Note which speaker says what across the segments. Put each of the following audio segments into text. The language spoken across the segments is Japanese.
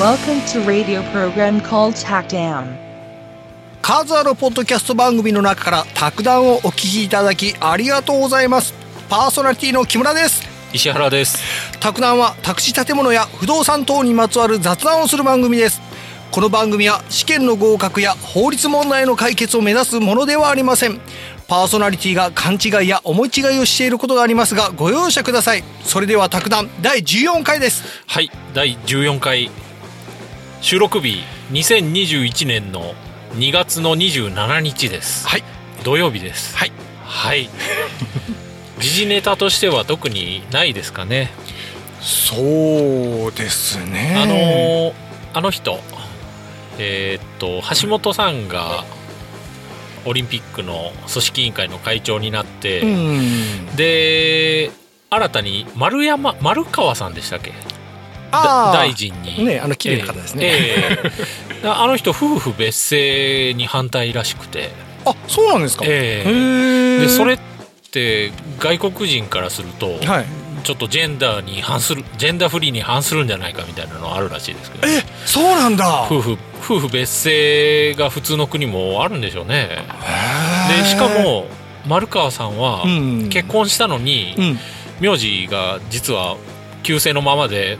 Speaker 1: Welcome to radio program called Hackdown.
Speaker 2: 数あるポッドキャスト番組の中から卓談をお聞きいただきありがとうございますパーソナリティの木村です
Speaker 3: 石原です
Speaker 2: 卓談は宅地建物や不動産等にまつわる雑談をする番組ですこの番組は試験の合格や法律問題の解決を目指すものではありませんパーソナリティが勘違いや思い違いをしていることがありますがご容赦くださいそれでは卓談第14回です
Speaker 3: はい第14回収録日2021年の2月の27日です
Speaker 2: はい
Speaker 3: 土曜日です
Speaker 2: はい
Speaker 3: はい 時事ネタとしては特にないですかね、
Speaker 2: そうですね
Speaker 3: あのあの人えーっと橋本さんがオリンピックの組織委員会の会長になって、
Speaker 2: うん
Speaker 3: で新たに丸山丸川さんでしたっけ
Speaker 2: あー
Speaker 3: 大臣に
Speaker 2: ねあの綺麗な方ですね、
Speaker 3: ええええあの人夫婦別姓に反対らしくて、
Speaker 2: あそうなんですか、
Speaker 3: ええ
Speaker 2: へえ
Speaker 3: でそれって外国人からすると、
Speaker 2: はい
Speaker 3: ちょっとジェンダーに反するジェンダーフリーに反するんじゃないかみたいなのあるらしいですけど、
Speaker 2: えそうなんだ
Speaker 3: 夫婦夫婦別姓が普通の国もあるんでしょうね
Speaker 2: で
Speaker 3: でしかも丸川さんは
Speaker 2: うん
Speaker 3: 結婚したのに、
Speaker 2: うん
Speaker 3: 名字が実は旧姓のままで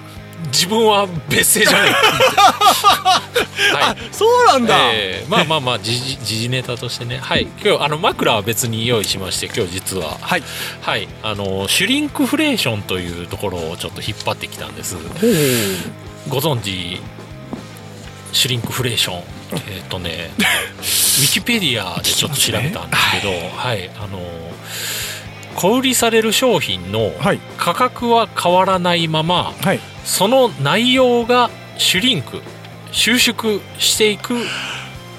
Speaker 3: 自分は別姓じゃない、 はい、
Speaker 2: そうなんだ、
Speaker 3: えーまあまあまあ時事時事ネタとしてねはい今日あの枕は別に用意しまして今日実は
Speaker 2: はい
Speaker 3: はいあのシュリンクフレーションというところをちょっと引っ張ってきたんですご存知シュリンクフレーションえっ、とねウィキペディアでちょっと調べたんですけどはい、あの小売りされる商品の
Speaker 2: はい
Speaker 3: 価格は変わらないまま
Speaker 2: はい
Speaker 3: その内容がシュリンク収縮していく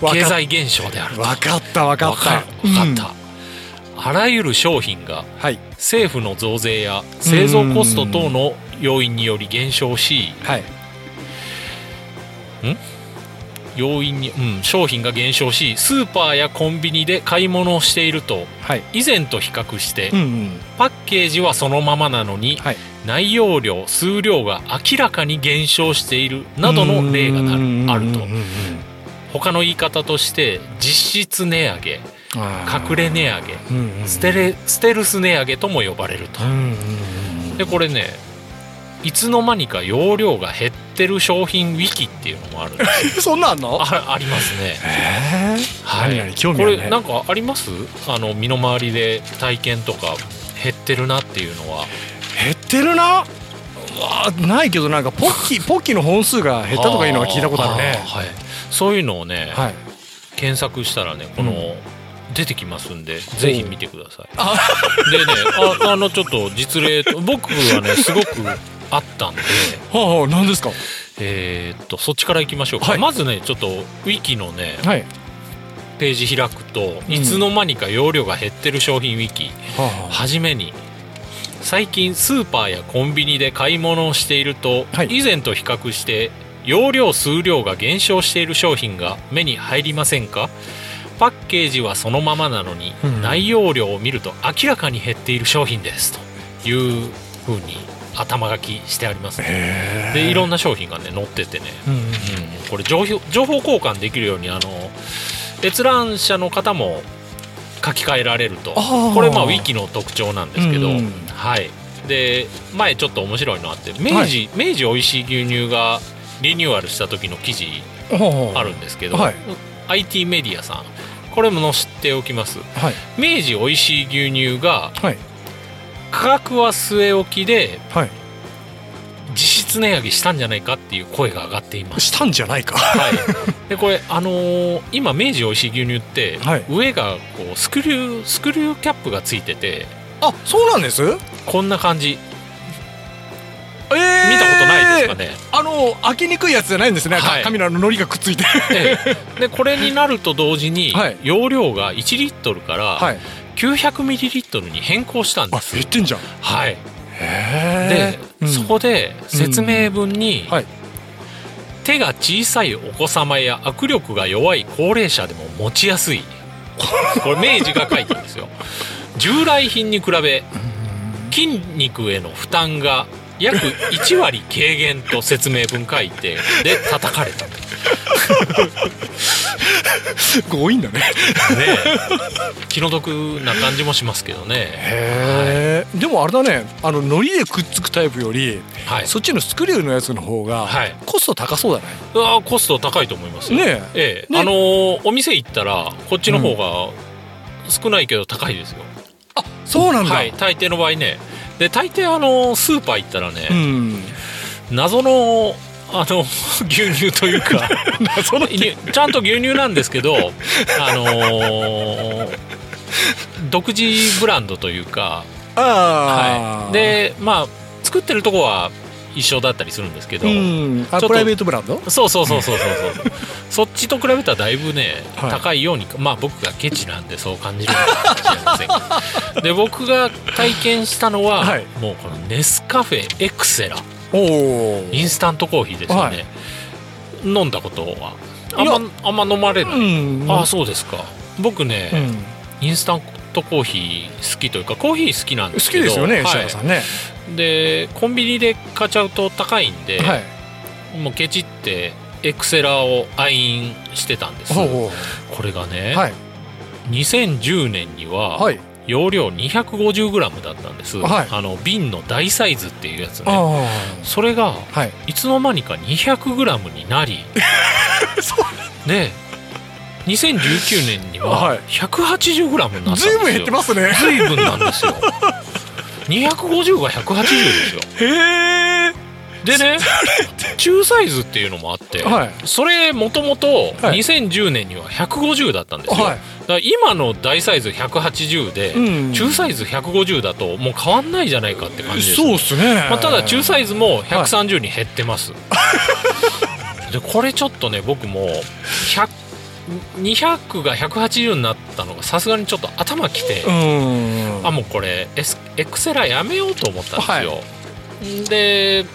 Speaker 3: 経済現象であると
Speaker 2: わかったわかった
Speaker 3: わかるわかった、あらゆる商品が
Speaker 2: うんはい
Speaker 3: 政府の増税や製造コスト等の要因により減少し
Speaker 2: はい
Speaker 3: 要因に、うん、商品が減少しスーパーやコンビニで買い物をしていると
Speaker 2: はい
Speaker 3: 以前と比較して、
Speaker 2: うんうん
Speaker 3: パッケージはそのままなのに、
Speaker 2: はい
Speaker 3: 内容量数量が明らかに減少しているなどの例がなるあると
Speaker 2: うんうんうん
Speaker 3: 他の言い方として実質値上げ
Speaker 2: あー
Speaker 3: 隠れ値上げ
Speaker 2: うんうん
Speaker 3: ステレステルス値上げとも呼ばれると
Speaker 2: うんうんうん
Speaker 3: でこれねいつの間にか容量が減ってる商品ウィキっていうの もあるんです
Speaker 2: そんなんあんの
Speaker 3: あありますね、
Speaker 2: え
Speaker 3: は
Speaker 2: 何々興味あるね
Speaker 3: これなんかありますあの身の回りで体験とか減ってるなっていうのは
Speaker 2: 減ってるなうわないけどなんかポッ キーポッキーの本数が減ったとかいうのは聞いたことあるね
Speaker 3: ーはい、そういうのをね、
Speaker 2: はい
Speaker 3: 検索したらねこの、
Speaker 2: う
Speaker 3: 出てきますんでぜひ見てくださいでねああのちょっと実例と僕はねすごくあったんで
Speaker 2: はあはあ何ですか
Speaker 3: えーっとそっちから行きましょうか、
Speaker 2: はい
Speaker 3: まずねちょっとウィキのね
Speaker 2: はい
Speaker 3: ページ開くと
Speaker 2: ん
Speaker 3: いつの間にか容量が減ってる商品ウィキ、
Speaker 2: は
Speaker 3: はじめに最近スーパーやコンビニで買い物をしていると、
Speaker 2: はい
Speaker 3: 以前と比較して容量数量が減少している商品が目に入りませんかパッケージはそのままなのに、
Speaker 2: うん
Speaker 3: 内容量を見ると明らかに減っている商品ですというふうに頭書きしてあります、ね、
Speaker 2: へ
Speaker 3: でいろんな商品がね載っててね、
Speaker 2: えうん
Speaker 3: うんこれ情報情報交換できるようにあの閲覧者の方も書き換えられると
Speaker 2: あー
Speaker 3: これまあウィキの特徴なんですけど、
Speaker 2: うん
Speaker 3: はいで前ちょっと面白いのあって明治、明治おいしい牛乳がリニューアルした時の記事
Speaker 2: は
Speaker 3: あるんですけど、
Speaker 2: はい
Speaker 3: IT メディアさんこれも載せておきます
Speaker 2: はい
Speaker 3: 明治おいしい牛乳が
Speaker 2: はい
Speaker 3: 価格は据え置きで
Speaker 2: はい
Speaker 3: 実質値上げしたんじゃないかっていう声が上がっています
Speaker 2: したんじゃないか
Speaker 3: はい、でこれ、あのー今明治おいしい牛乳って、
Speaker 2: はい
Speaker 3: 上がこうスクリュースクリューキャップがついてて
Speaker 2: あそうなんですええ
Speaker 3: こんな感じ
Speaker 2: 見
Speaker 3: 見たことないですかね、
Speaker 2: あの開けにくいやつじゃないんですね、
Speaker 3: は
Speaker 2: はい、
Speaker 3: い
Speaker 2: カメラの糊がくっついて
Speaker 3: ええでこれになると同時に、
Speaker 2: はい
Speaker 3: 容量が1リットルから
Speaker 2: い
Speaker 3: 900ミリリットルに変更したん で
Speaker 2: あ
Speaker 3: す、
Speaker 2: 減ってんじゃん
Speaker 3: はい
Speaker 2: へ
Speaker 3: で、
Speaker 2: え
Speaker 3: そこで説明文に、
Speaker 2: はい
Speaker 3: 手が小さいお子様や握力が弱い高齢者でも持ちやすいこれ明治が書いて るんですよ従来品に比べ筋肉への負担が約1割軽減と説明文書いてで叩かれたね
Speaker 2: 強引だね
Speaker 3: え気の毒な感じもしますけどね
Speaker 2: へえでもあれだねあの海苔でくっつくタイプより、
Speaker 3: はい
Speaker 2: そっちのスクリューのやつの方が
Speaker 3: はい
Speaker 2: コスト高そうだね、
Speaker 3: うわーコスト高いと思いますよ
Speaker 2: ね
Speaker 3: ええ
Speaker 2: ね
Speaker 3: あのーお店行ったらこっちの方が少ないけど高いですよ、
Speaker 2: あそうなんだ、
Speaker 3: はい大抵の場合ねで大抵あのースーパー行ったらね、
Speaker 2: うん
Speaker 3: 謎のあの牛乳とい うか
Speaker 2: 謎の
Speaker 3: にちゃんと牛乳なんですけどあのー独自ブランドというか、
Speaker 2: ああ、
Speaker 3: はい、でまあ作ってるとこは一緒だったりするんですけど、
Speaker 2: うんあ
Speaker 3: ちょっと
Speaker 2: プライベートブランド
Speaker 3: そうそうそうそうそうそうそっちと比べたらだいぶね、
Speaker 2: はい
Speaker 3: 高いようにまあ僕がケチなんでそう感じるのかもしれませんけどで僕が体験したのは、
Speaker 2: はい
Speaker 3: もうこのネスカフェエクセラ
Speaker 2: おお
Speaker 3: インスタントコーヒーですよね、
Speaker 2: は
Speaker 3: 飲んだことはあん,、まあんま飲まれない、
Speaker 2: うん
Speaker 3: ああそうですか僕
Speaker 2: う
Speaker 3: ね、
Speaker 2: ん、
Speaker 3: インスタントコーヒー好きというかコーヒー好きなん
Speaker 2: 好
Speaker 3: です
Speaker 2: き
Speaker 3: けど
Speaker 2: ですよね、石
Speaker 3: はい
Speaker 2: 原さんね。
Speaker 3: でコンビニで買っちゃうと高いんで、
Speaker 2: はい。
Speaker 3: もうケチってエクセラを愛飲してたんです
Speaker 2: ほうほ
Speaker 3: これがね、
Speaker 2: う。はい。
Speaker 3: 2010年には
Speaker 2: はい。
Speaker 3: 容量 250g だったんです、
Speaker 2: はい
Speaker 3: あの瓶の大サイズっていうやつね
Speaker 2: あ
Speaker 3: それが
Speaker 2: あ。 はい。
Speaker 3: いつの間にか 200g になりで2019年に
Speaker 2: は
Speaker 3: はい 180g になったんで
Speaker 2: ず
Speaker 3: すよ
Speaker 2: いぶん減ってますね。
Speaker 3: 随分なんですよ250が180ですよ
Speaker 2: へえ。
Speaker 3: でね中サイズっていうのもあって、
Speaker 2: はい
Speaker 3: それもともと
Speaker 2: はい
Speaker 3: 2010年には150だったんですよ、
Speaker 2: はい
Speaker 3: だから今の大サイズ180で、
Speaker 2: うん
Speaker 3: 中サイズ150だともう変わんないじゃないかって感じです
Speaker 2: そうっすね。
Speaker 3: まあ、ただ中
Speaker 2: イ
Speaker 3: サイズも130に減ってます、でこれちょっとね僕も100 200が180になったのがさすがにちょっと頭きて、
Speaker 2: うん。
Speaker 3: あもうこれエスエクセラやめようと思ったんですよ、
Speaker 2: は
Speaker 3: で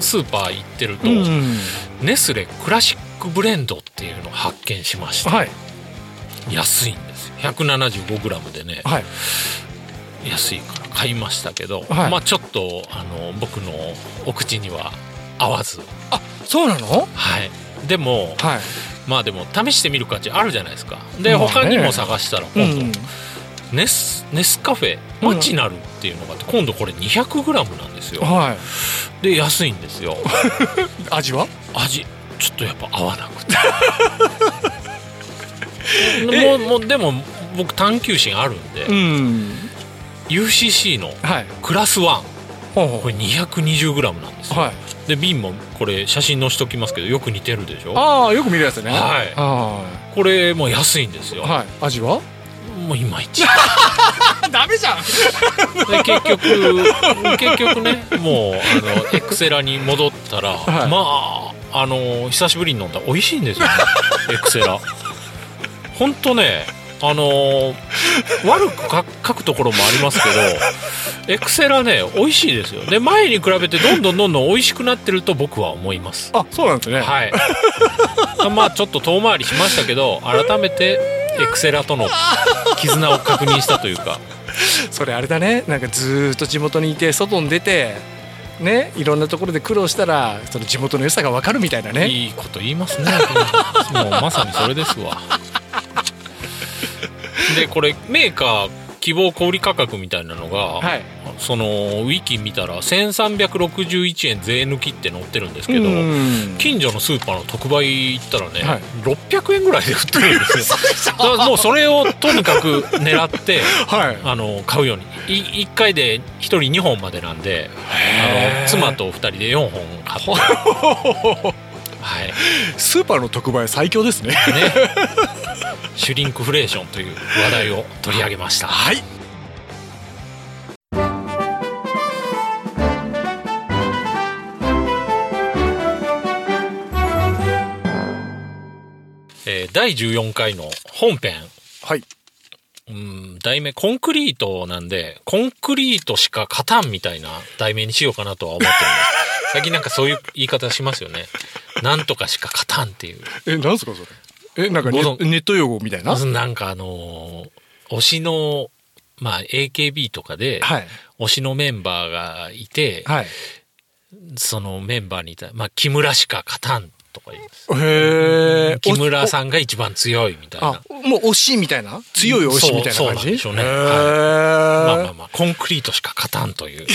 Speaker 3: スーパー行ってると、
Speaker 2: うん。
Speaker 3: ネスレクラシックブレンドっていうのを発見しました
Speaker 2: はい。
Speaker 3: 安いんですよ 175g でね
Speaker 2: はい。
Speaker 3: 安いから買いましたけど、
Speaker 2: はい
Speaker 3: まあちょっとあの僕のお口には合わず
Speaker 2: そうなの。はい。
Speaker 3: はいでもまあでも試してみる価値あるじゃないですかで
Speaker 2: まあね
Speaker 3: 他にも探したら
Speaker 2: う
Speaker 3: 今度、
Speaker 2: ん。
Speaker 3: ネスネスカフェマチナルっていうのがあって今度これ 200g なんですよ
Speaker 2: はい。
Speaker 3: で安いんですよ
Speaker 2: 味は。
Speaker 3: 味ちょっとやっぱ合わ なくてもうもうでも僕探求心あるんで、
Speaker 2: ん。
Speaker 3: UCC の
Speaker 2: はい。
Speaker 3: クラス1
Speaker 2: ほうほ
Speaker 3: これ 220g なんです
Speaker 2: う。
Speaker 3: よ、
Speaker 2: はい。
Speaker 3: で瓶もこれ写真載しときますけどよく似てるでしょ
Speaker 2: ああ、よく見るやつね。
Speaker 3: はい
Speaker 2: は
Speaker 3: これもう安いんですよ、
Speaker 2: い。はい。味は。
Speaker 3: もういまい ち
Speaker 2: ダメじゃん。
Speaker 3: で結局結局ねもうあのエクセラに戻ったら、
Speaker 2: はい
Speaker 3: まああの久しぶりに飲んだら美味しい んですよねエクセラほんとねあの悪くか書くところもありますけどエクセラね美味しいですよで前に比べてどんどんどんどん美味しくなってると僕は思います
Speaker 2: あ、そうなんですね。
Speaker 3: はいまあちょっと遠回りしましたけど改めてエクセラとの絆を確認したというか
Speaker 2: それあれだねなんかずーっと地元にいて外に出てねいろんなところで苦労したらその地元の良さが分かるみたいなね
Speaker 3: いいこと言いますね。もうまさにそれで すわ。でこれメーカー希望小売価格みたいなのが、
Speaker 2: はい
Speaker 3: そのウィキ見たら1361円税抜きって載ってるんですけど、
Speaker 2: うん
Speaker 3: 近所のスーパーの特売行ったらね、
Speaker 2: はい
Speaker 3: 600円ぐらいで売って るんですよ。だからもうそれをとにかく狙って
Speaker 2: はい
Speaker 3: あの買うようにい1回で1人2本までなんであ
Speaker 2: へー
Speaker 3: の妻と2人で4本 買って。はい
Speaker 2: スーパーの特売最強ですね
Speaker 3: ね、シュリンクフレーションという話題を取り上げました。
Speaker 2: はい
Speaker 3: えー第14回の本編。
Speaker 2: はい
Speaker 3: うん、題名、コンクリートなんで、コンクリートしか勝たんみたいな題名にしようかなとは思っ てます。最近なんかそういう言い方しますよね。なんとかしか勝たんっていう。
Speaker 2: えなんですかそれえなんかネ
Speaker 3: ご存
Speaker 2: ネット用語みたいな
Speaker 3: なんかあのー推しの、まあ AKB とかで、
Speaker 2: はい
Speaker 3: 推しのメンバーがいて、
Speaker 2: はい。
Speaker 3: そのメンバーにいた、まあ、木村しか勝たんとか言うんです
Speaker 2: へえ。
Speaker 3: 木村
Speaker 2: ん。
Speaker 3: さんが一番強いみたい
Speaker 2: あ
Speaker 3: な、
Speaker 2: もう惜しいみたいな強い惜しいみたいな感じ
Speaker 3: そうそうなんでしょうね
Speaker 2: へえ
Speaker 3: まあまあまあコンクリートしか勝たんという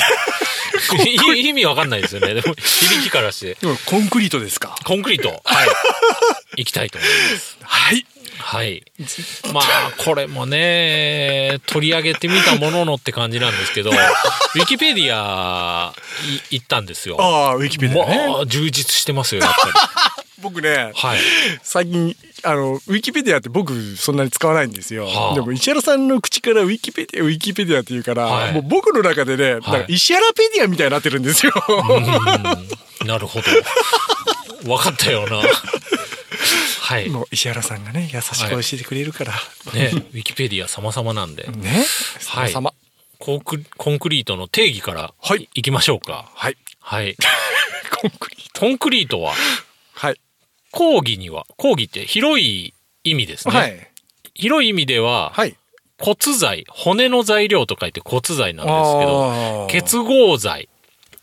Speaker 3: い意味わかんないですよねでも響きからして
Speaker 2: うんコンクリートですか。
Speaker 3: コンクリートはい行きたいと思います
Speaker 2: はい。
Speaker 3: はいまあこれもね取り上げてみたもののって感じなんですけどウィキペディアい行ったんですよ
Speaker 2: ああ、ウィキペディアね。
Speaker 3: まあ充実してますよやっぱ
Speaker 2: 僕ね
Speaker 3: り、はい
Speaker 2: 最近、あの、ウィキペディアって僕そんなに使わないんですよ。
Speaker 3: はあ
Speaker 2: でも石原さんの口からウィキペディア、ウィキペディアって言うから、
Speaker 3: はい
Speaker 2: もう僕の中でね、なんか石原ペディアみたいになってるんですよ。
Speaker 3: うんなるほどわかったよなはい
Speaker 2: もう石原さんがね、優しく教えてくれるから。
Speaker 3: ね、ウィキペディア様々なんで、
Speaker 2: ね。
Speaker 3: はい
Speaker 2: 様々
Speaker 3: コンクコンクリートの定義から、
Speaker 2: はい
Speaker 3: いきましょうか。
Speaker 2: はい。
Speaker 3: はい。
Speaker 2: コンクリート。
Speaker 3: コンクリートは、
Speaker 2: はい。
Speaker 3: 講義には、講義って広い意味ですね。
Speaker 2: はい。
Speaker 3: 広い意味では、
Speaker 2: はい。
Speaker 3: 骨材、骨の材料と書いて骨材なんですけど、
Speaker 2: あー
Speaker 3: 結合材。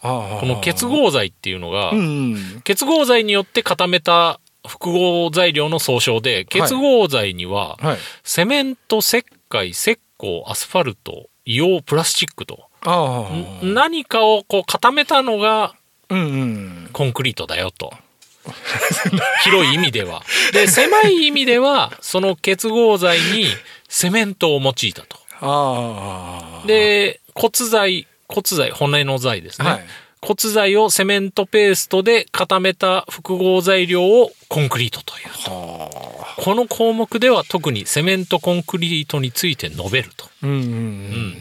Speaker 2: あー
Speaker 3: この結合材っていうのが、
Speaker 2: うん。
Speaker 3: 結合材によって固めた複合材料の総称で、結合材には、
Speaker 2: はい。
Speaker 3: セメント、石灰、石膏、アスファルト、硫黄、プラスチックと、
Speaker 2: ああ。
Speaker 3: 何かをこう固めたのが
Speaker 2: うんうん。
Speaker 3: コンクリートだよと。広い意味では。で、狭い意味では、その結合材にセメントを用いたと。
Speaker 2: ああ。、
Speaker 3: で、骨材、骨材、骨の材ですね。
Speaker 2: はい。
Speaker 3: 骨材をセメントペーストで固めた複合材料をコンクリートというと。この項目では特にセメントコンクリートについて述べると。
Speaker 2: うんうん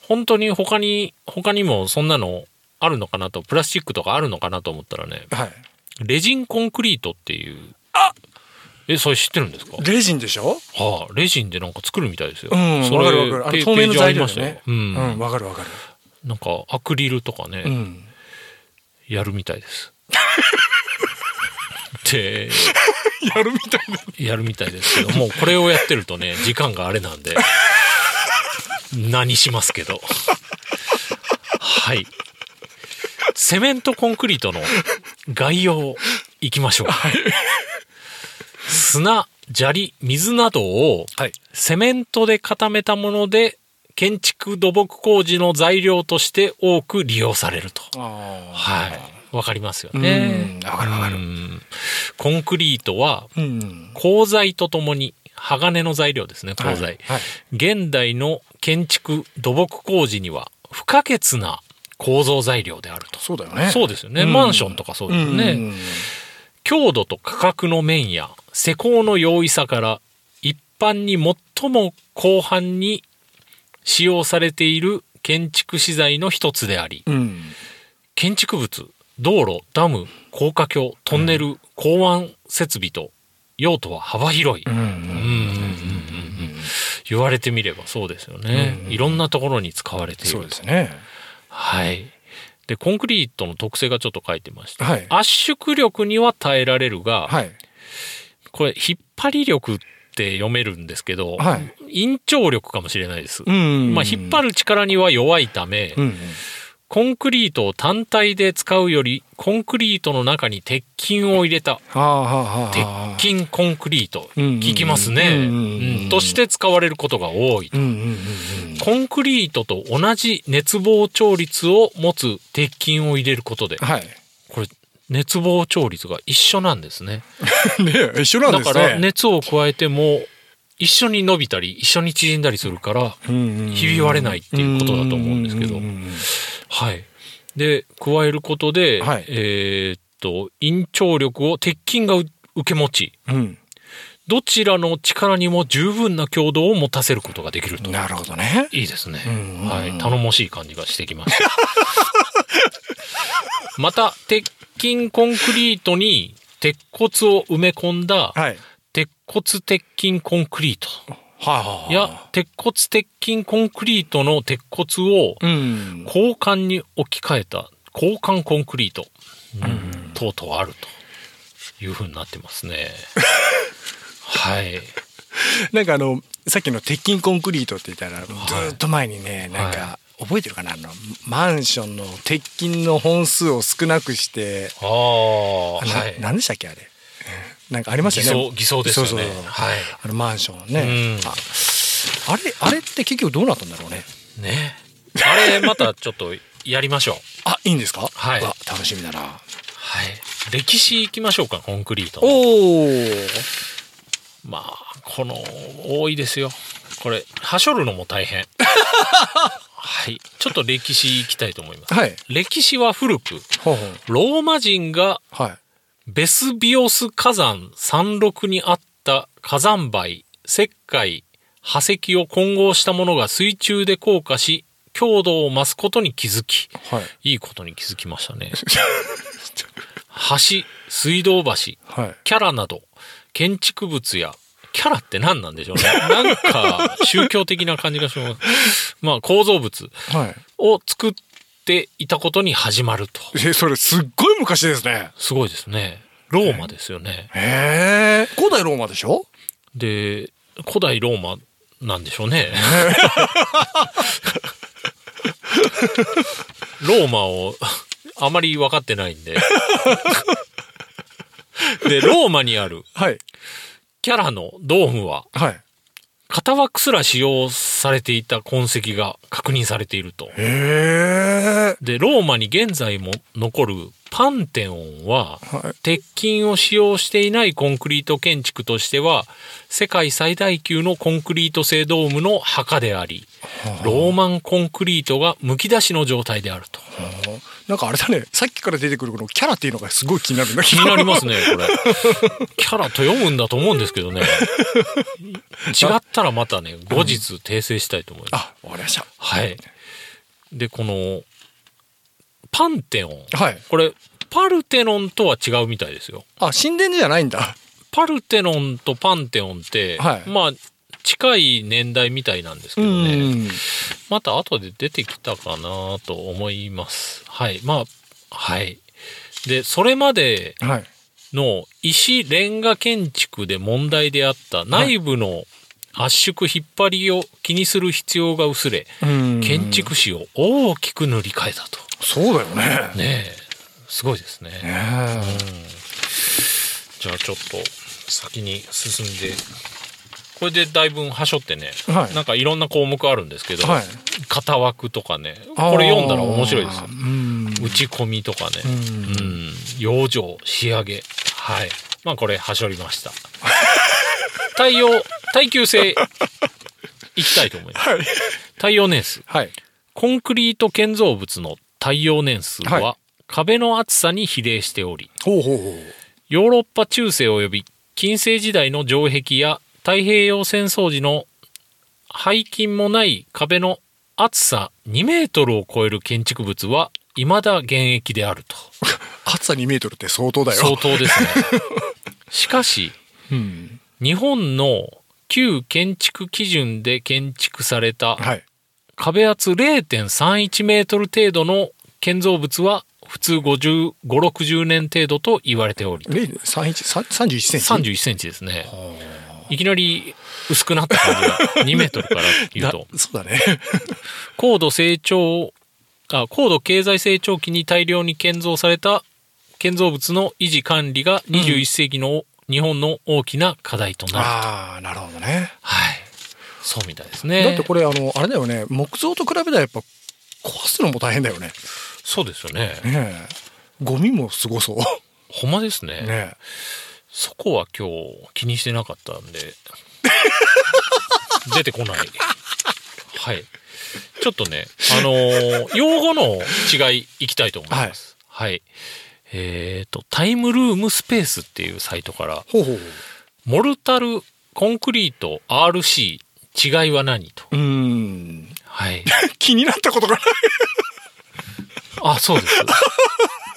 Speaker 3: 本当に他に他にもそんなのあるのかなとプラスチックとかあるのかなと思ったらね
Speaker 2: うん。はい。
Speaker 3: レジンコンクリートっていうえそれ知ってるんですか
Speaker 2: レジンでしょ
Speaker 3: はあレジンでなんか作るみたいですよ
Speaker 2: うん
Speaker 3: それ
Speaker 2: わかるわかるあの
Speaker 3: ペ
Speaker 2: 透明の
Speaker 3: ページあ
Speaker 2: 材
Speaker 3: り
Speaker 2: 料
Speaker 3: ま
Speaker 2: だ
Speaker 3: し
Speaker 2: よ
Speaker 3: たよ
Speaker 2: ね
Speaker 3: う、
Speaker 2: うんん、わかるわかる。
Speaker 3: なんかアクリルとかね、
Speaker 2: うん。
Speaker 3: やるみたいです で
Speaker 2: やるみたいな。
Speaker 3: やるみたいですけどもうこれをやってると ね時間があれなんで何しますけどはいセメントコンクリートの概要いきましょう、砂砂利水などを
Speaker 2: はい。
Speaker 3: セメントで固めたもので建築土木工事の材料として多く利用されると
Speaker 2: あ
Speaker 3: はいわかりますよ
Speaker 2: あ。
Speaker 3: ね
Speaker 2: うんわかるわか
Speaker 3: う
Speaker 2: る。
Speaker 3: んコンクリートは
Speaker 2: うん。
Speaker 3: 鋼材とともに鋼の材料ですね
Speaker 2: は
Speaker 3: 鋼
Speaker 2: い
Speaker 3: 材、
Speaker 2: はい。
Speaker 3: 現代の建築土木工事には不可欠な構造材料であると
Speaker 2: そうだよね。
Speaker 3: そうですよね、
Speaker 2: うん
Speaker 3: マンションとかそうですよね、
Speaker 2: うん
Speaker 3: 強度と価格の面や施工の容易さから一般に最も広範に使用されている建築資材の一つであり
Speaker 2: うん。
Speaker 3: 建築物道路ダム高架橋トンネル、港湾設備と用途は幅広い、
Speaker 2: うん。う
Speaker 3: うん
Speaker 2: ん
Speaker 3: うんうんうんうん言われてみればそうですよね、いろんなところに使われている
Speaker 2: そうですね。
Speaker 3: はいでコンクリートの特性がちょっと書いてまして、
Speaker 2: はい
Speaker 3: 圧縮力には耐えられるが、
Speaker 2: はい。
Speaker 3: これ引っ張り力って読めるんですけど、
Speaker 2: はい
Speaker 3: 引張力かもしれないです、
Speaker 2: ん
Speaker 3: まあ、引っ張
Speaker 2: る。
Speaker 3: る力には弱いため、
Speaker 2: うん。
Speaker 3: コンクリートを単体で使うよりコンクリートの中に鉄筋を入れた
Speaker 2: はあはあはあ。
Speaker 3: 鉄筋コンクリート
Speaker 2: うんうんうん
Speaker 3: 聞きますね、
Speaker 2: うんうんうん
Speaker 3: うんとして使われることが多い
Speaker 2: うんうんうん
Speaker 3: コンクリートと同じ熱膨張率を持つ鉄筋を入れることで
Speaker 2: うん。はい。
Speaker 3: これ熱膨張率が一緒なんですね
Speaker 2: ね一緒なん
Speaker 3: だ
Speaker 2: で
Speaker 3: か
Speaker 2: す
Speaker 3: ら
Speaker 2: ね。
Speaker 3: 熱を加えても一緒に伸びたり一緒に縮んだりするからひび割れないっていうことだと思うんですけ
Speaker 2: ん
Speaker 3: ど
Speaker 2: うんうん
Speaker 3: はいで加えることで、
Speaker 2: はい
Speaker 3: えーっと引張力を鉄筋が受け持ち
Speaker 2: うん。
Speaker 3: どちらの力にも十分な強度を持たせることができる
Speaker 2: う
Speaker 3: と
Speaker 2: ん。なるほどね。
Speaker 3: いいですね、
Speaker 2: うんうん
Speaker 3: はい、頼もしい感じがしてきました また鉄筋コンクリートに鉄骨を埋め込んだ
Speaker 2: はい。
Speaker 3: 鉄骨鉄筋コンクリート
Speaker 2: はあはあはあ。
Speaker 3: や鉄骨鉄筋コンクリートの鉄骨を
Speaker 2: うん。
Speaker 3: 交換に置き換えた交換コンクリート、うん、とうとうあるというふうになってます ねはい
Speaker 2: なんかあのさっきの鉄筋コンクリートって言ったらずーっと前にね、なんか覚えてるかなあのマンションの鉄筋の本数を少なくして
Speaker 3: あ
Speaker 2: あ
Speaker 3: あ、
Speaker 2: の
Speaker 3: はい。
Speaker 2: 何でしたっけあれなんかありましたよね
Speaker 3: 偽装偽装ですよ
Speaker 2: そう
Speaker 3: ね
Speaker 2: そうそう
Speaker 3: はい
Speaker 2: あのマンションのね、
Speaker 3: うん
Speaker 2: ああれあれって結局どうなったんだろうね
Speaker 3: ね。あれ、またちょっとやりましょう。
Speaker 2: あいいんですか
Speaker 3: はいう
Speaker 2: わ楽しみだな
Speaker 3: はい。歴史行きましょうか、コンクリートの。
Speaker 2: おお
Speaker 3: まあ、この、多いですよ。これ、はしょるのも大変。 はい。ちょっと歴史行きたいと思います。
Speaker 2: はい
Speaker 3: 歴史は古く、
Speaker 2: ほうほう
Speaker 3: ローマ人が
Speaker 2: はい
Speaker 3: ベスビオス火山山麓にあった火山灰、石灰、破石を混合したものが水中で硬化し、強度を増すことに気づき、
Speaker 2: はい
Speaker 3: いいことに気づきましたね。橋、水道橋、
Speaker 2: はい
Speaker 3: キャラなど、建築物や、キャラって何なんでしょうね。なんか、宗教的な感じがします。まあ、構造物
Speaker 2: はい
Speaker 3: を作っていたことに始まると。
Speaker 2: えそれすっごい昔ですね
Speaker 3: すごいですね。ローマですよね。
Speaker 2: へえ古代ローマでしょ
Speaker 3: で、古代ローマなんでしょうね。ローマをあまり分かってないんで。で、ローマにある
Speaker 2: はい
Speaker 3: キャラのドームは、
Speaker 2: はい
Speaker 3: 型枠すら使用されていた痕跡が確認されていると。
Speaker 2: へえ
Speaker 3: で、ローマに現在も残るパンテオンは、
Speaker 2: はい
Speaker 3: 鉄筋を使用していないコンクリート建築としては、世界最大級のコンクリート製ドームの墓であり、ローマンコンクリートがむき出しの状態であると。
Speaker 2: なんかあれだねさっきから出てくるこのキャラっていうのがすごい気になるんだ
Speaker 3: 気になりますね、これ。キャラと読むんだと思うんですけどね。違ったらまたね、後日訂正したいと思います。
Speaker 2: あわかりまし
Speaker 3: はい。で、この、パンテオン。
Speaker 2: たはい
Speaker 3: これ、パルテノンとは違うみたいですよ。
Speaker 2: あ神殿じゃないんだ
Speaker 3: パルテノンとパンテオンって、
Speaker 2: はい
Speaker 3: まあ、近い年代みたいなんですけどね。また後で出てきたかなと思います。はい。まあ、はい。で、それまで
Speaker 2: はい
Speaker 3: の石レンガ建築で問題であった内部の圧縮引っ張りを気にする必要が薄れ、
Speaker 2: うん
Speaker 3: 建築史を大きく塗り替えたと。
Speaker 2: そうだよね
Speaker 3: ねえ、すごいですね。
Speaker 2: ね
Speaker 3: じゃあちょっと先に進んで、これでだいぶんはしょってね、
Speaker 2: はい
Speaker 3: なんかいろんな項目あるんですけど、
Speaker 2: はい
Speaker 3: 型枠とかね、
Speaker 2: あー
Speaker 3: これ読んだら面白いですよ
Speaker 2: う。ん
Speaker 3: 打ち込みとかね、
Speaker 2: ん
Speaker 3: うん、養生、仕上げ、はい。まあこれはしょりました。 耐用、耐久性、いきたいと思います。
Speaker 2: はい
Speaker 3: 耐用年数。
Speaker 2: はい
Speaker 3: コンクリート建造物の耐用年数は、
Speaker 2: は
Speaker 3: 壁の厚さに比例しており、
Speaker 2: ほうほうほう
Speaker 3: ヨーロッパ中世及び近世時代の城壁や太平洋戦争時の背筋もない壁の厚さ2メートルを超える建築物は未だ現役であると。
Speaker 2: 厚さ2メートルって相当だよ
Speaker 3: 相当です ね。しかし、
Speaker 2: うん
Speaker 3: 日本の旧建築基準で建築された
Speaker 2: はい
Speaker 3: 壁厚0.31メートル程度の建造物は普通55、60年程度と言われており、
Speaker 2: 31センチ
Speaker 3: 31センチですね。いきなり薄くなった感じが、2メートルから言う と。
Speaker 2: だ そうだね
Speaker 3: 高度成長、あ、高度経済成長期に大量に建造された建造物の維持管理が21世紀の日本の大きな課題となる。
Speaker 2: ああなるほどね
Speaker 3: はい。そうみたいですね。
Speaker 2: だってこれあのあれだよね木造と比べたらやっぱ壊すのも大変だよね
Speaker 3: そうですよね。
Speaker 2: ねえゴミもすごそう
Speaker 3: ほんまですね。
Speaker 2: ね
Speaker 3: そこは今日気にしてなかった んで、出てこない。はい。ちょっとね、あのー用語の違いいきたいと思います。はい。えっ、と、タイムルームスペースっていうサイトから、
Speaker 2: ほうほう
Speaker 3: モルタル、コンクリート、RC、違いは何と。
Speaker 2: うーん
Speaker 3: はい。
Speaker 2: 気になったこと がない
Speaker 3: あ、そうです。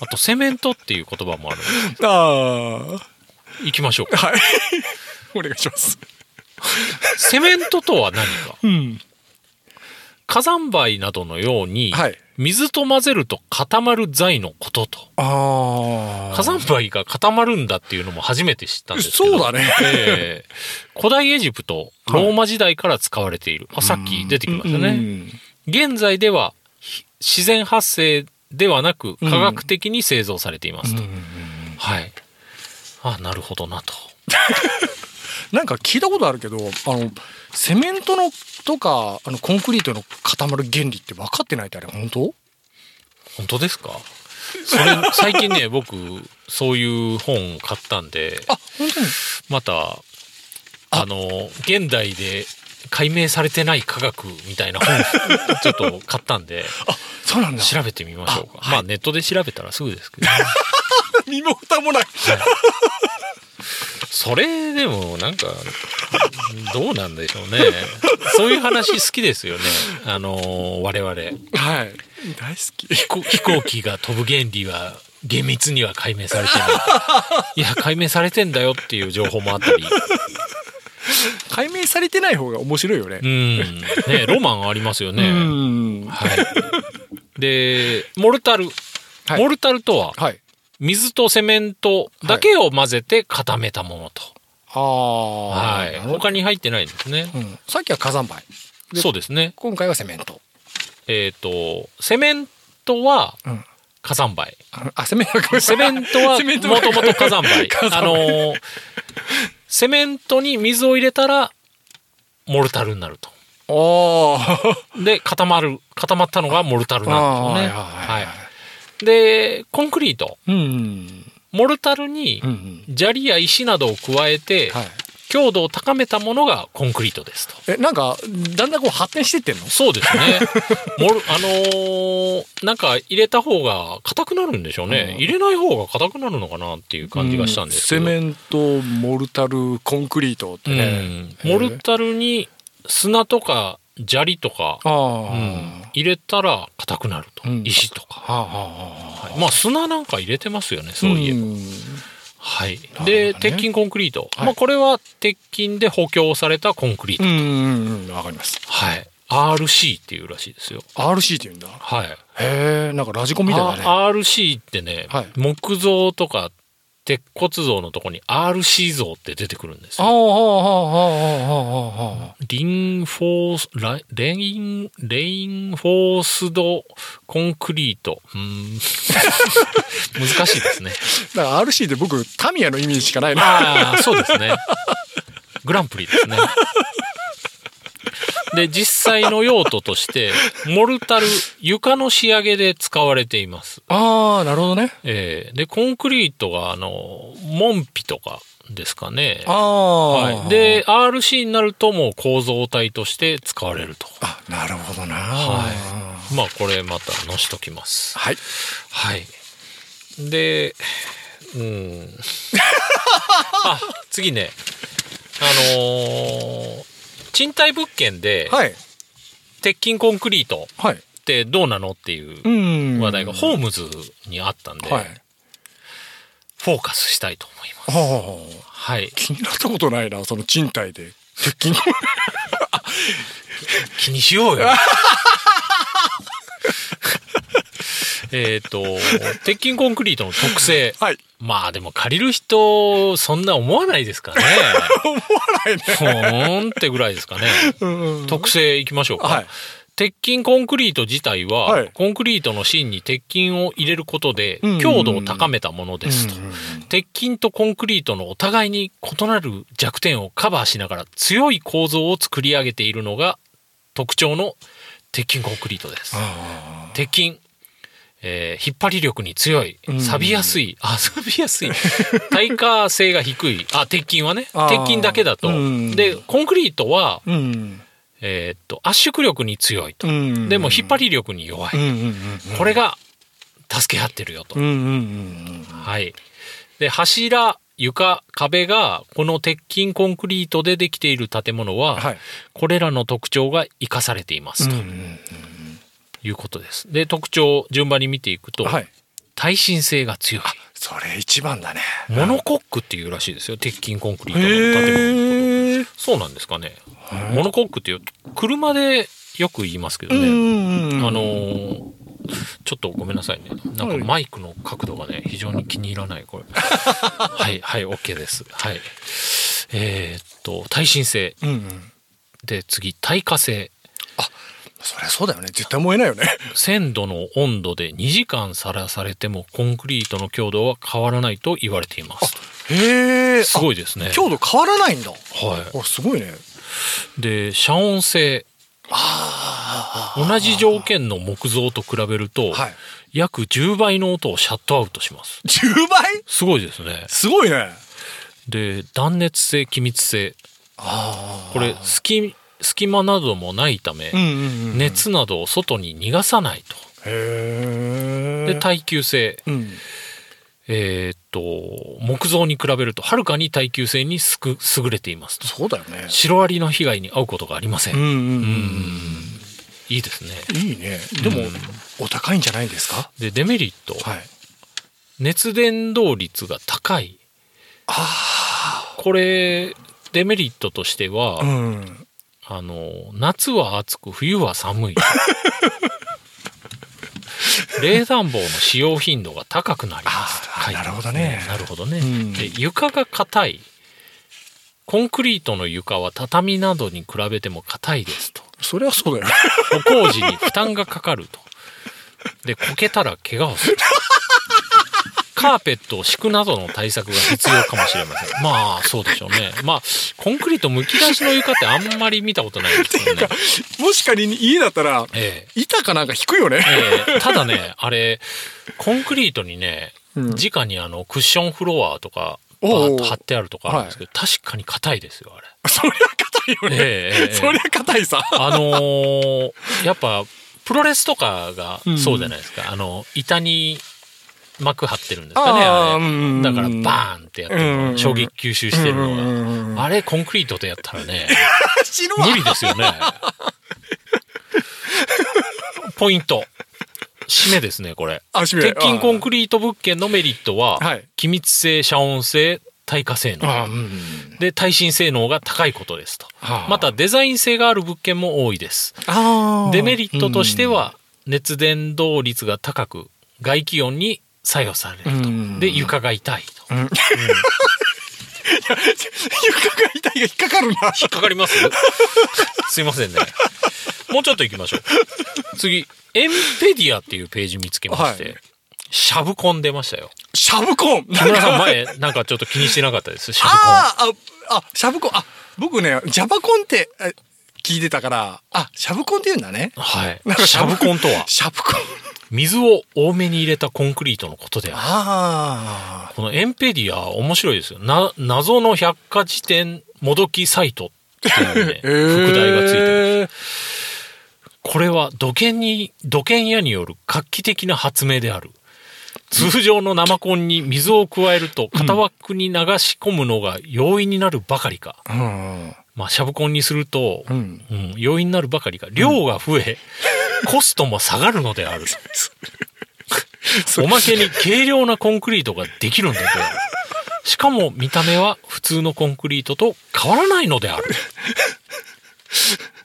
Speaker 3: あと、セメントっていう言葉もあるんで
Speaker 2: あ
Speaker 3: す。行きましょう
Speaker 2: あ
Speaker 3: か。
Speaker 2: はい お願いします
Speaker 3: セメントとは何か。
Speaker 2: うん
Speaker 3: 火山灰などのように、
Speaker 2: はい
Speaker 3: 水と混ぜると固まる材のことと。
Speaker 2: ああ
Speaker 3: 火山灰が固まるんだっていうのも初めて知ったんですけ
Speaker 2: そ
Speaker 3: ど。
Speaker 2: うだね
Speaker 3: ええ古代エジプト、ローマ時代から使われている。あさっき出てきましたね。現在ではひ自然発生ではなく
Speaker 2: うん
Speaker 3: 科学的に製造されていますと、
Speaker 2: うん
Speaker 3: はいあなるほどなと
Speaker 2: なんか聞いたことあるけどあのセメントのとかあのコンクリートの固まる原理って分かってないってあれ本当
Speaker 3: 本当ですかそれ 最近ね僕そういう本を買ったんで
Speaker 2: あ本当に
Speaker 3: またあの現代で解明されてない科学みたいな本ちょっと買ったんで
Speaker 2: あそうなんだ
Speaker 3: 調べてみましょうかまあネットで調べたらすぐですけど、
Speaker 2: 身も蓋もない
Speaker 3: それでもなんかどうなんでしょうねそういう話好きですよねあの我々
Speaker 2: はい 大好き
Speaker 3: 飛行飛行機が飛ぶ原理は厳密には解明されて ないいや解明されてんだよっていう情報もあったり
Speaker 2: 解明されてない方が面白いよね
Speaker 3: うんねロマンありますよ
Speaker 2: う
Speaker 3: ね、
Speaker 2: ん
Speaker 3: はい、でモルタル、
Speaker 2: はい
Speaker 3: モルタルとは
Speaker 2: はい
Speaker 3: 水とセメントだけを混ぜて固めたものと、
Speaker 2: ああ
Speaker 3: は
Speaker 2: な
Speaker 3: い
Speaker 2: るほど
Speaker 3: 他に入ってないんですね、
Speaker 2: うんさっきは火山灰で
Speaker 3: そうですね
Speaker 2: 今回はセメント
Speaker 3: えっ、とセメントは
Speaker 2: うん
Speaker 3: 火山灰
Speaker 2: あ あセメント
Speaker 3: セメントはもともと火山灰。あのーセメントに水を入れたら、モルタルになると。
Speaker 2: お あ
Speaker 3: で、固まる、固まったのがモルタルなんです
Speaker 2: は
Speaker 3: よね。
Speaker 2: いはいはい
Speaker 3: はい。で、コンクリート。
Speaker 2: ーうん
Speaker 3: モルタルに
Speaker 2: うんうん
Speaker 3: 砂利や石などを加えて、
Speaker 2: はい
Speaker 3: 強度を高めたものがコンクリートですと。
Speaker 2: えなんかだんだんこう発展してってんの
Speaker 3: そうですね。 モル、あのーなんか入れた方が硬くなるんでしょうね。
Speaker 2: うん
Speaker 3: 入れない方が硬くなるのかなっていう感じがしたんですけど。
Speaker 2: うんセメントモルタルコンクリートって
Speaker 3: うん
Speaker 2: ね、
Speaker 3: モルタルに砂とか砂利とか、
Speaker 2: あ
Speaker 3: う
Speaker 2: あ、
Speaker 3: ん入れたら硬くなると、
Speaker 2: うん
Speaker 3: 石とか、
Speaker 2: はあはあはあ
Speaker 3: まあ砂なんか入れてますよねそういえば、
Speaker 2: ん
Speaker 3: はい
Speaker 2: ほどね
Speaker 3: で鉄筋コンクリート、
Speaker 2: はい
Speaker 3: まあ、これは鉄筋で補強されたコンクリート、
Speaker 2: うんうんうんわかります
Speaker 3: はい RC っていうらしいですよ
Speaker 2: RC って言うんだ
Speaker 3: はい、
Speaker 2: へえんかラジコンみたいだね
Speaker 3: RC ってね、
Speaker 2: はい
Speaker 3: 木造とか鉄骨造のとこに RC 像って出てくるんです
Speaker 2: ああ
Speaker 3: よ
Speaker 2: はあはあはあはあはあ
Speaker 3: リンフォース、ラレイン、レインフォースドコンクリート。うーん 難しいですね。
Speaker 2: だから RC って僕タミヤの意味しかないな
Speaker 3: ああ、そうですね。グランプリですね。で、実際の用途として、モルタル、床の仕上げで使われています。
Speaker 2: ああなるほどね
Speaker 3: えーで、コンクリートが、あの、門扉とかですかね。
Speaker 2: ああ、
Speaker 3: はい、で、RC になるともう構造体として使われると。
Speaker 2: あなるほどな
Speaker 3: はまあこれまた載しときます。
Speaker 2: はい
Speaker 3: はい。で、うん。 あ、次ね。あのー賃貸物件で
Speaker 2: はい
Speaker 3: 鉄筋コンクリート
Speaker 2: はい
Speaker 3: ってどうなのっていううん話題がホームズにあったんで、
Speaker 2: はい
Speaker 3: フォーカスしたいと思います。
Speaker 2: はあ
Speaker 3: はい。
Speaker 2: 気になったことないなその賃貸で鉄筋
Speaker 3: 気にしよう よ。えっと、鉄筋コンクリートの特性。
Speaker 2: はい
Speaker 3: まあでも借りる人、そんな思わないですかね。
Speaker 2: 思わないね
Speaker 3: ほーんってぐらいですかね。
Speaker 2: うん
Speaker 3: 特性いきましょうか。
Speaker 2: はい
Speaker 3: 鉄筋コンクリート自体は、
Speaker 2: はい
Speaker 3: コンクリートの芯に鉄筋を入れることで
Speaker 2: うん
Speaker 3: 強度を高めたものですと。
Speaker 2: うんうんうん
Speaker 3: 鉄筋とコンクリートのお互いに異なる弱点をカバーしながら強い構造を作り上げているのが特徴の鉄筋コンクリートです。
Speaker 2: あ
Speaker 3: 鉄筋、えー引っ張り力に強い
Speaker 2: うん
Speaker 3: 錆びやすい、あ錆びや すい耐火性が低いあ鉄筋はね
Speaker 2: あー
Speaker 3: 鉄筋だけだと
Speaker 2: うん
Speaker 3: でコンクリートは、
Speaker 2: ーうん
Speaker 3: えーっと圧縮力に強いと、
Speaker 2: うん
Speaker 3: でも引っ張り力に弱い、
Speaker 2: うんうんうん
Speaker 3: これが助け合ってるよと、
Speaker 2: うんうんうん
Speaker 3: はいで柱床壁がこの鉄筋コンクリートでできている建物は、
Speaker 2: はい
Speaker 3: これらの特徴が生かされています
Speaker 2: うん
Speaker 3: と
Speaker 2: うん
Speaker 3: いうことです、で特徴を順番に見ていくと、
Speaker 2: はい
Speaker 3: 耐震性が強い
Speaker 2: それ一番だね
Speaker 3: モノコックっていうらしいですよ鉄筋コンクリートの建物のこと
Speaker 2: へえ
Speaker 3: そうなんですかねモノコックっていう車でよく言いますけど
Speaker 2: うん
Speaker 3: ね、
Speaker 2: うんうん
Speaker 3: あのーちょっとごめんなさいねなん
Speaker 2: は
Speaker 3: か
Speaker 2: い
Speaker 3: マイクの角度がね非常に気に入らない これはいはい OK ですはいえーっと耐震性
Speaker 2: うんうん
Speaker 3: で次耐火性
Speaker 2: そりゃそうだよね絶対燃えないよね
Speaker 3: 鮮度の温度で2時間さらされてもコンクリートの強度は変わらないと言われています。
Speaker 2: へえ
Speaker 3: すごいですね。
Speaker 2: 強度変わらないんだ
Speaker 3: は
Speaker 2: あすごいね
Speaker 3: い。で、遮音性。同じ条件の木造と比べると、
Speaker 2: はい
Speaker 3: 約10倍の音をシャットアウトします。
Speaker 2: 10倍
Speaker 3: すごいですね。
Speaker 2: すごいね
Speaker 3: で、断熱性、気密性。
Speaker 2: あ
Speaker 3: これ、隙、隙間などもないため、
Speaker 2: うんうんうんへ
Speaker 3: 熱などを外に逃がさないと。
Speaker 2: え
Speaker 3: で、耐久性。
Speaker 2: うん
Speaker 3: えーっと、木造に比べると、はるかに耐久性にすく優れていますと。
Speaker 2: そうだよね
Speaker 3: シロアリの被害に遭うことがありません。
Speaker 2: うんうんう
Speaker 3: うんんいいですね。
Speaker 2: いいねでも、お高いんじゃないですか
Speaker 3: で、デメリット。
Speaker 2: はい
Speaker 3: 熱伝導率が高い。これ、デメリットとしては、
Speaker 2: うん
Speaker 3: あの、夏は暑く、冬 は寒い。冷暖房の使用頻度が高くなります。
Speaker 2: あーなるほどね
Speaker 3: なるほどね。
Speaker 2: うん
Speaker 3: で床が硬い。コンクリートの床は畳などに比べても硬いですと。
Speaker 2: そりゃそうだよね
Speaker 3: 歩行時に負担がかかると。で、こけたら怪我をする。カーペットを敷くなどの対策が必要かもしれません。まあ、そうでしょうね。まあ、コンクリートむき出しの床ってあんまり見たことないですよね。
Speaker 2: もし仮に家だったら
Speaker 3: ええ
Speaker 2: 板かなんか引くよね
Speaker 3: ええただね、あれ、コンクリートにね、
Speaker 2: うん
Speaker 3: 直にあの、クッションフロアとか、
Speaker 2: お
Speaker 3: バ
Speaker 2: うおう
Speaker 3: ーッと貼ってあるとかあるんですけど、確かに硬いですよ、あれ。
Speaker 2: そりゃ硬いよね、
Speaker 3: ええええ
Speaker 2: そりゃ硬いさ
Speaker 3: あのーやっぱ、プロレスとかがそうじゃないですか。あの、板に幕張ってるんですか
Speaker 2: あ
Speaker 3: ね、
Speaker 2: ーう
Speaker 3: あれ。
Speaker 2: んうんうん
Speaker 3: だから、バーンってやってる
Speaker 2: うん
Speaker 3: の
Speaker 2: うん
Speaker 3: が、衝撃吸収してるの
Speaker 2: う
Speaker 3: が。
Speaker 2: んうんうん
Speaker 3: あれ、コンクリートでやったらね、
Speaker 2: 白
Speaker 3: 無理ですよね。ポイント。締めですね、これ。
Speaker 2: あ、閉める
Speaker 3: 鉄筋コンクリート物件のメリットは、
Speaker 2: はい
Speaker 3: 気密性、遮音性、耐火性
Speaker 2: ああ、
Speaker 3: 能。
Speaker 2: うん。
Speaker 3: で、耐震性能が高いことですと。
Speaker 2: はあ
Speaker 3: また、デザイン性がある物件も多いです。
Speaker 2: ああ
Speaker 3: デメリットとして、は、熱伝導率が高く、外気温に作用される
Speaker 2: う
Speaker 3: と。
Speaker 2: ん
Speaker 3: で、床が痛いと。
Speaker 2: うん床が痛いが引っかかるな。
Speaker 3: 引っかかりますすいませんね。もうちょっと行きましょう。次、エンペディアっていうページ見つけまして、
Speaker 2: はい
Speaker 3: シャブコン出ましたよ。
Speaker 2: シャブコン。
Speaker 3: 木村さん前、なんかちょっと気にしてなかったです、シャブコン。
Speaker 2: ああ、あ、あ、シャブコン。あ、僕ね、ジャバコンってえ聞いてたから、あ、シャブコンって言うんだね。
Speaker 3: はい
Speaker 2: なん。か
Speaker 3: シャブコンとは、
Speaker 2: シャブコン。
Speaker 3: 水を多めに入れたコンクリートのことである。
Speaker 2: ああ。
Speaker 3: このエンペディア、面白いですよ。な、謎の百科事典もどきサイトっていう ね、副題がついて
Speaker 2: る。
Speaker 3: ます。これは土建に、土建屋による画期的な発明である。通常の生コンに水を加えると型枠に流し込むのが容易になるばかりか。
Speaker 2: うん。
Speaker 3: まあ、シャブコンにすると、
Speaker 2: う
Speaker 3: うんん、容易になるばかりか、量が増え、コストも下がるのである。おまけに軽量なコンクリートができるのである。しかも見た目は普通のコンクリートと変わらないのである。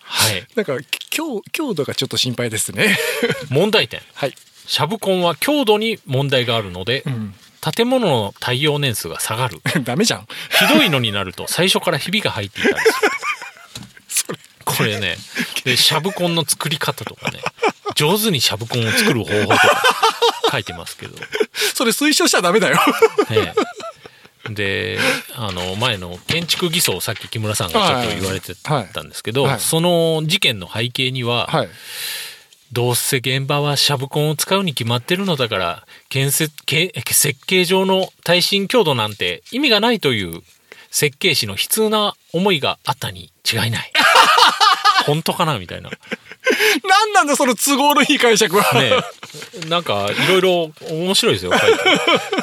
Speaker 3: はい。
Speaker 2: なんか、強、強度がちょっと心配ですね。
Speaker 3: 問題点。
Speaker 2: はい。
Speaker 3: シャブコンは強度に問題があるので、
Speaker 2: ん
Speaker 3: 建物の耐用年数が下がる。
Speaker 2: ダメじゃん。
Speaker 3: ひどいのになると最初からひびが入っていたりする。これね、で、シャブコンの作り方とかね、上手にシャブコンを作る方法とか書いてますけど、
Speaker 2: それ推奨しちゃダメだよ。
Speaker 3: ね。で、あの、前の建築偽装をさっき木村さんがちょっと言われてたんですけど、
Speaker 2: はいはい
Speaker 3: その事件の背景には、
Speaker 2: い。
Speaker 3: どうせ現場はシャブコンを使うに決まってるのだから、建設、け設計上の耐震強度なんて意味がないという設計士の悲痛な思いがあったに違い ない。本当かなみたいな。ね
Speaker 2: なんなんだ、その都合のいい解釈は。
Speaker 3: えなんか、いろいろ面白いですよ、書いて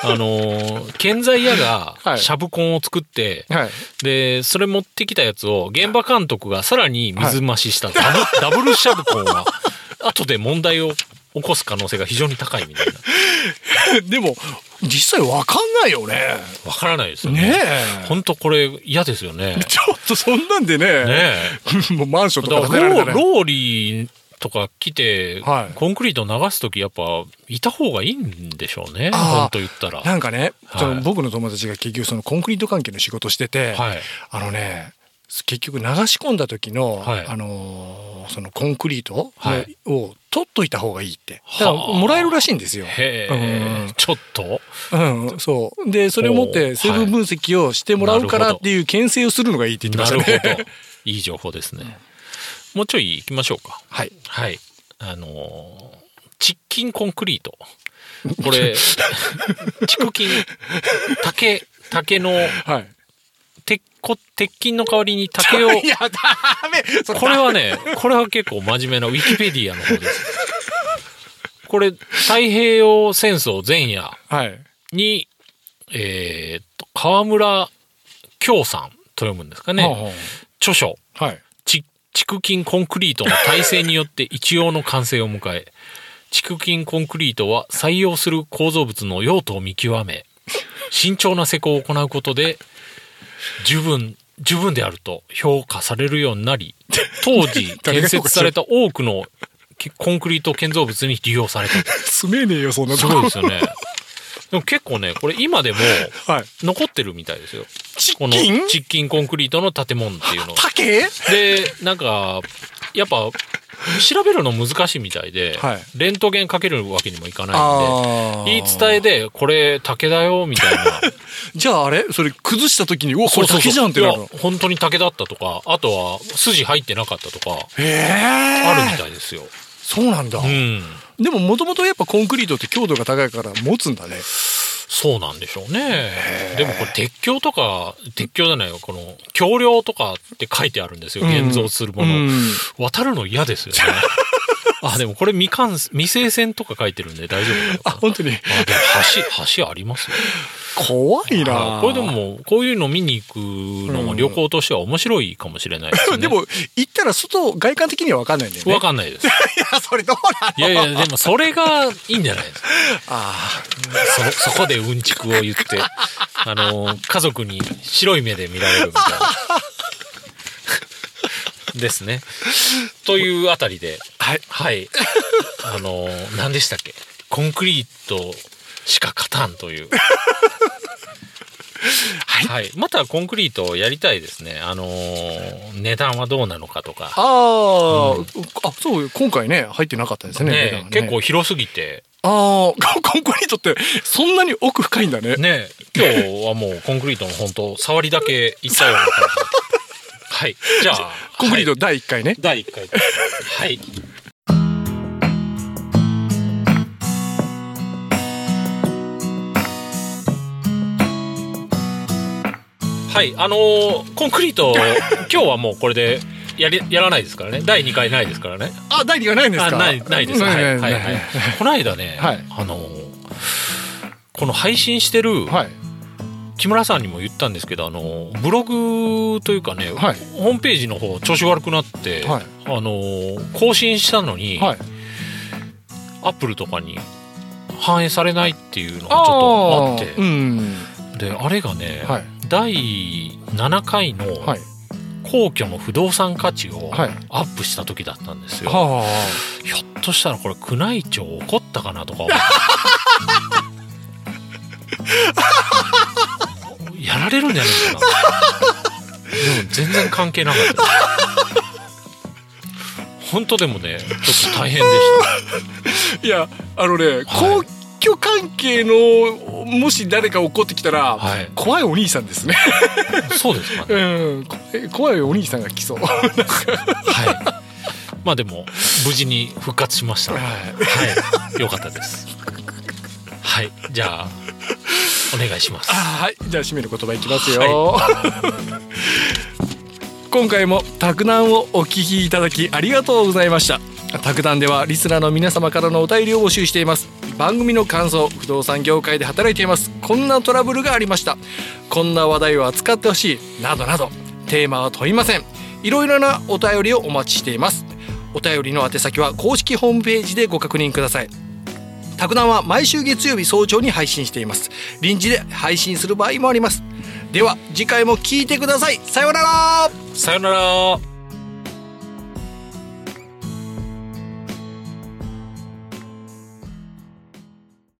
Speaker 3: あのー、建材屋が
Speaker 2: はい
Speaker 3: シャブコンを作って、
Speaker 2: はい。
Speaker 3: で、それ持ってきたやつを現場監督がさらに水増ししたダブ,、ダブルシャブコンは、後で問題を起こす可能性が非常に高いみたい な。
Speaker 2: でも、実際わかんないよね。
Speaker 3: わからないですよね。
Speaker 2: ねえ。
Speaker 3: ほんとこれ嫌ですよね。ね
Speaker 2: ちょっとそんなんでね。
Speaker 3: え。
Speaker 2: もうマンションと
Speaker 3: だ
Speaker 2: か
Speaker 3: か
Speaker 2: 建てら
Speaker 3: ら
Speaker 2: れた
Speaker 3: ロー
Speaker 2: ね
Speaker 3: ローリーとか来て、
Speaker 2: はい
Speaker 3: コンクリート流すときやっぱいた方がいいんでしょうね。
Speaker 2: あー
Speaker 3: ほんと言ったら。
Speaker 2: なんかね、
Speaker 3: はい
Speaker 2: その僕の友達が結局そのコンクリート関係の仕事してて、
Speaker 3: はい
Speaker 2: あのね、結局流し込んだ時の、
Speaker 3: はい
Speaker 2: あのーそのコンクリートの
Speaker 3: はい
Speaker 2: を取っといた方がいいって、
Speaker 3: は
Speaker 2: だ
Speaker 3: あ
Speaker 2: からもらえるらしいんですよ。
Speaker 3: へ
Speaker 2: う
Speaker 3: え、
Speaker 2: ん
Speaker 3: ちょっと
Speaker 2: うん、そうでそれを持っ
Speaker 3: お
Speaker 2: て
Speaker 3: ー
Speaker 2: 成分分析をしてもらうから
Speaker 3: なるほど
Speaker 2: っていう牽制をするのがいいって言ってま
Speaker 3: な
Speaker 2: したね。
Speaker 3: るほど。いい情報ですね。もうちょい行きましょうか。
Speaker 2: はい、
Speaker 3: はい。あのー、チッキンコンクリート。こ れ、竹筋、竹、竹の、
Speaker 2: はい、
Speaker 3: 鉄こ鉄筋の代わりに竹を、
Speaker 2: いやダメそ
Speaker 3: これはね、これは結構真面目なウィキペディアの方です。これ、太平洋戦争前夜
Speaker 2: はい
Speaker 3: に、えーっと、河村京さんと読むんですかね。
Speaker 2: は
Speaker 3: 著書、
Speaker 2: あはあはい
Speaker 3: ち竹筋コンクリートの体制によって一応の完成を迎え、竹筋コンクリートは採用する構造物の用途を見極め、慎重な施工を行うことで、十分、十分であると評価されるようになり、当時
Speaker 2: 誰が
Speaker 3: 建
Speaker 2: 評価す
Speaker 3: 設さ
Speaker 2: る
Speaker 3: れた多くのけコンクリート建造物に利用された。
Speaker 2: 住めねえよそんな
Speaker 3: す
Speaker 2: と
Speaker 3: ごい
Speaker 2: こ
Speaker 3: ですよね。でも結構ね、これ今でも
Speaker 2: はい
Speaker 3: 残ってるみたいですよ。
Speaker 2: チ
Speaker 3: この
Speaker 2: キン
Speaker 3: チッキンコンクリートの建物っていうのは。
Speaker 2: 竹
Speaker 3: でなんかやっぱ調べるの難しいみたいで、
Speaker 2: はい
Speaker 3: レントゲンかけるわけにもいかないん
Speaker 2: あー
Speaker 3: で言い伝えでこれ竹だよみた いな
Speaker 2: じゃああれそれ崩した時にうわこれ
Speaker 3: そうそ
Speaker 2: 竹
Speaker 3: うそう
Speaker 2: じゃんってなる
Speaker 3: い
Speaker 2: の
Speaker 3: や本当に竹だったとかあとは筋入ってなかったとか
Speaker 2: へえ
Speaker 3: あるみたいですよ、
Speaker 2: そうなんだ、
Speaker 3: うん
Speaker 2: でももともとやっぱコンクリートって強度が高いから持つんだね
Speaker 3: そうなんでしょうねでもこれ鉄橋とか鉄橋じゃないよこの橋梁とかって書いてあるんですよ
Speaker 2: うん
Speaker 3: 現像するもの、
Speaker 2: うん
Speaker 3: 渡るの嫌です よねあでもこれ未完未成線とか書いてるんで大丈夫なのか
Speaker 2: あ
Speaker 3: な
Speaker 2: 本当に
Speaker 3: あでも橋、橋ありますよ。
Speaker 2: 怖いな
Speaker 3: これでも、こういうの見に行くの
Speaker 2: う
Speaker 3: も
Speaker 2: ん
Speaker 3: 旅行としては面白いかもしれないです ね。
Speaker 2: でも行ったら外外観的には分かんないんだよね
Speaker 3: わかんないです。
Speaker 2: いや それどうなの
Speaker 3: いやいや、でもそれがいいんじゃないですか。
Speaker 2: あ
Speaker 3: そ、そこでうんちくを言って、あの、家族に白い目で見られるみたいな。ですね。というあたりで、
Speaker 2: はい
Speaker 3: はい。あの、何でしたっけコンクリートしか勝たんという。はい、またコンクリートをやりたいですね。あのー値段はどうなのかとか。
Speaker 2: あ、あそう今回ね入ってなかったですね値段
Speaker 3: ね
Speaker 2: がね
Speaker 3: 結構広すぎて。
Speaker 2: ああコンクリート ってそんなに奥深いんだね
Speaker 3: ね今日はもうコンクリートの本当触りだけいったような感じ。はい。じゃあ、
Speaker 2: コンクリート
Speaker 3: はい
Speaker 2: 第1回ね、
Speaker 3: 第1回です。はい。はい、あのーコンクリート、今日はもうこれでやりやらないですからね、第2回ないですからね。
Speaker 2: あ第2回ないんですか
Speaker 3: あないないですはいはいはい
Speaker 2: ない
Speaker 3: この間ね、
Speaker 2: はい
Speaker 3: あのこの配信してる
Speaker 2: はい
Speaker 3: 木村さんにも言ったんですけどあのブログというかね、
Speaker 2: はい
Speaker 3: ホームページの方調子悪くなって、
Speaker 2: はい
Speaker 3: あの更新したのに、
Speaker 2: はい
Speaker 3: アップルとかに反映されないっていうのがちょっとあって
Speaker 2: うん
Speaker 3: であれがね、
Speaker 2: はい
Speaker 3: 第7回の
Speaker 2: はい
Speaker 3: 皇居の不動産価値を
Speaker 2: はい
Speaker 3: アップした時だったんですよ。
Speaker 2: は
Speaker 3: ひょっとしたらこれ宮内庁怒ったかなとか思って やられるんじゃないかなでも全然関係なかった本当でもねちょっと大変でし
Speaker 2: あいやあのね、公共関係のもし誰か怒ってきたら、
Speaker 3: はい
Speaker 2: 怖いお兄さんですね
Speaker 3: たそうですかね
Speaker 2: うんこ怖いお兄さんが来そうは
Speaker 3: はいまあでも無事に復活しましたはいいよかったですはいじゃあお願いします
Speaker 2: あーはいじゃあ締める言葉いきますよ、 今回もたくをお聞きいただきありがとうございましたたくではリスナーの皆様からのお便りを募集しています番組の感想不動産業界で働いていますこんなトラブルがありましたこんな話題を扱ってほしいなどなどテーマは問いませんいろいろなお便りをお待ちしていますお便りの宛先は公式ホームページでご確認くださいタクナンは毎週月曜日早朝に配信しています臨時で配信する場合もありますでは次回も聞いてくださいさようなら
Speaker 3: さよなら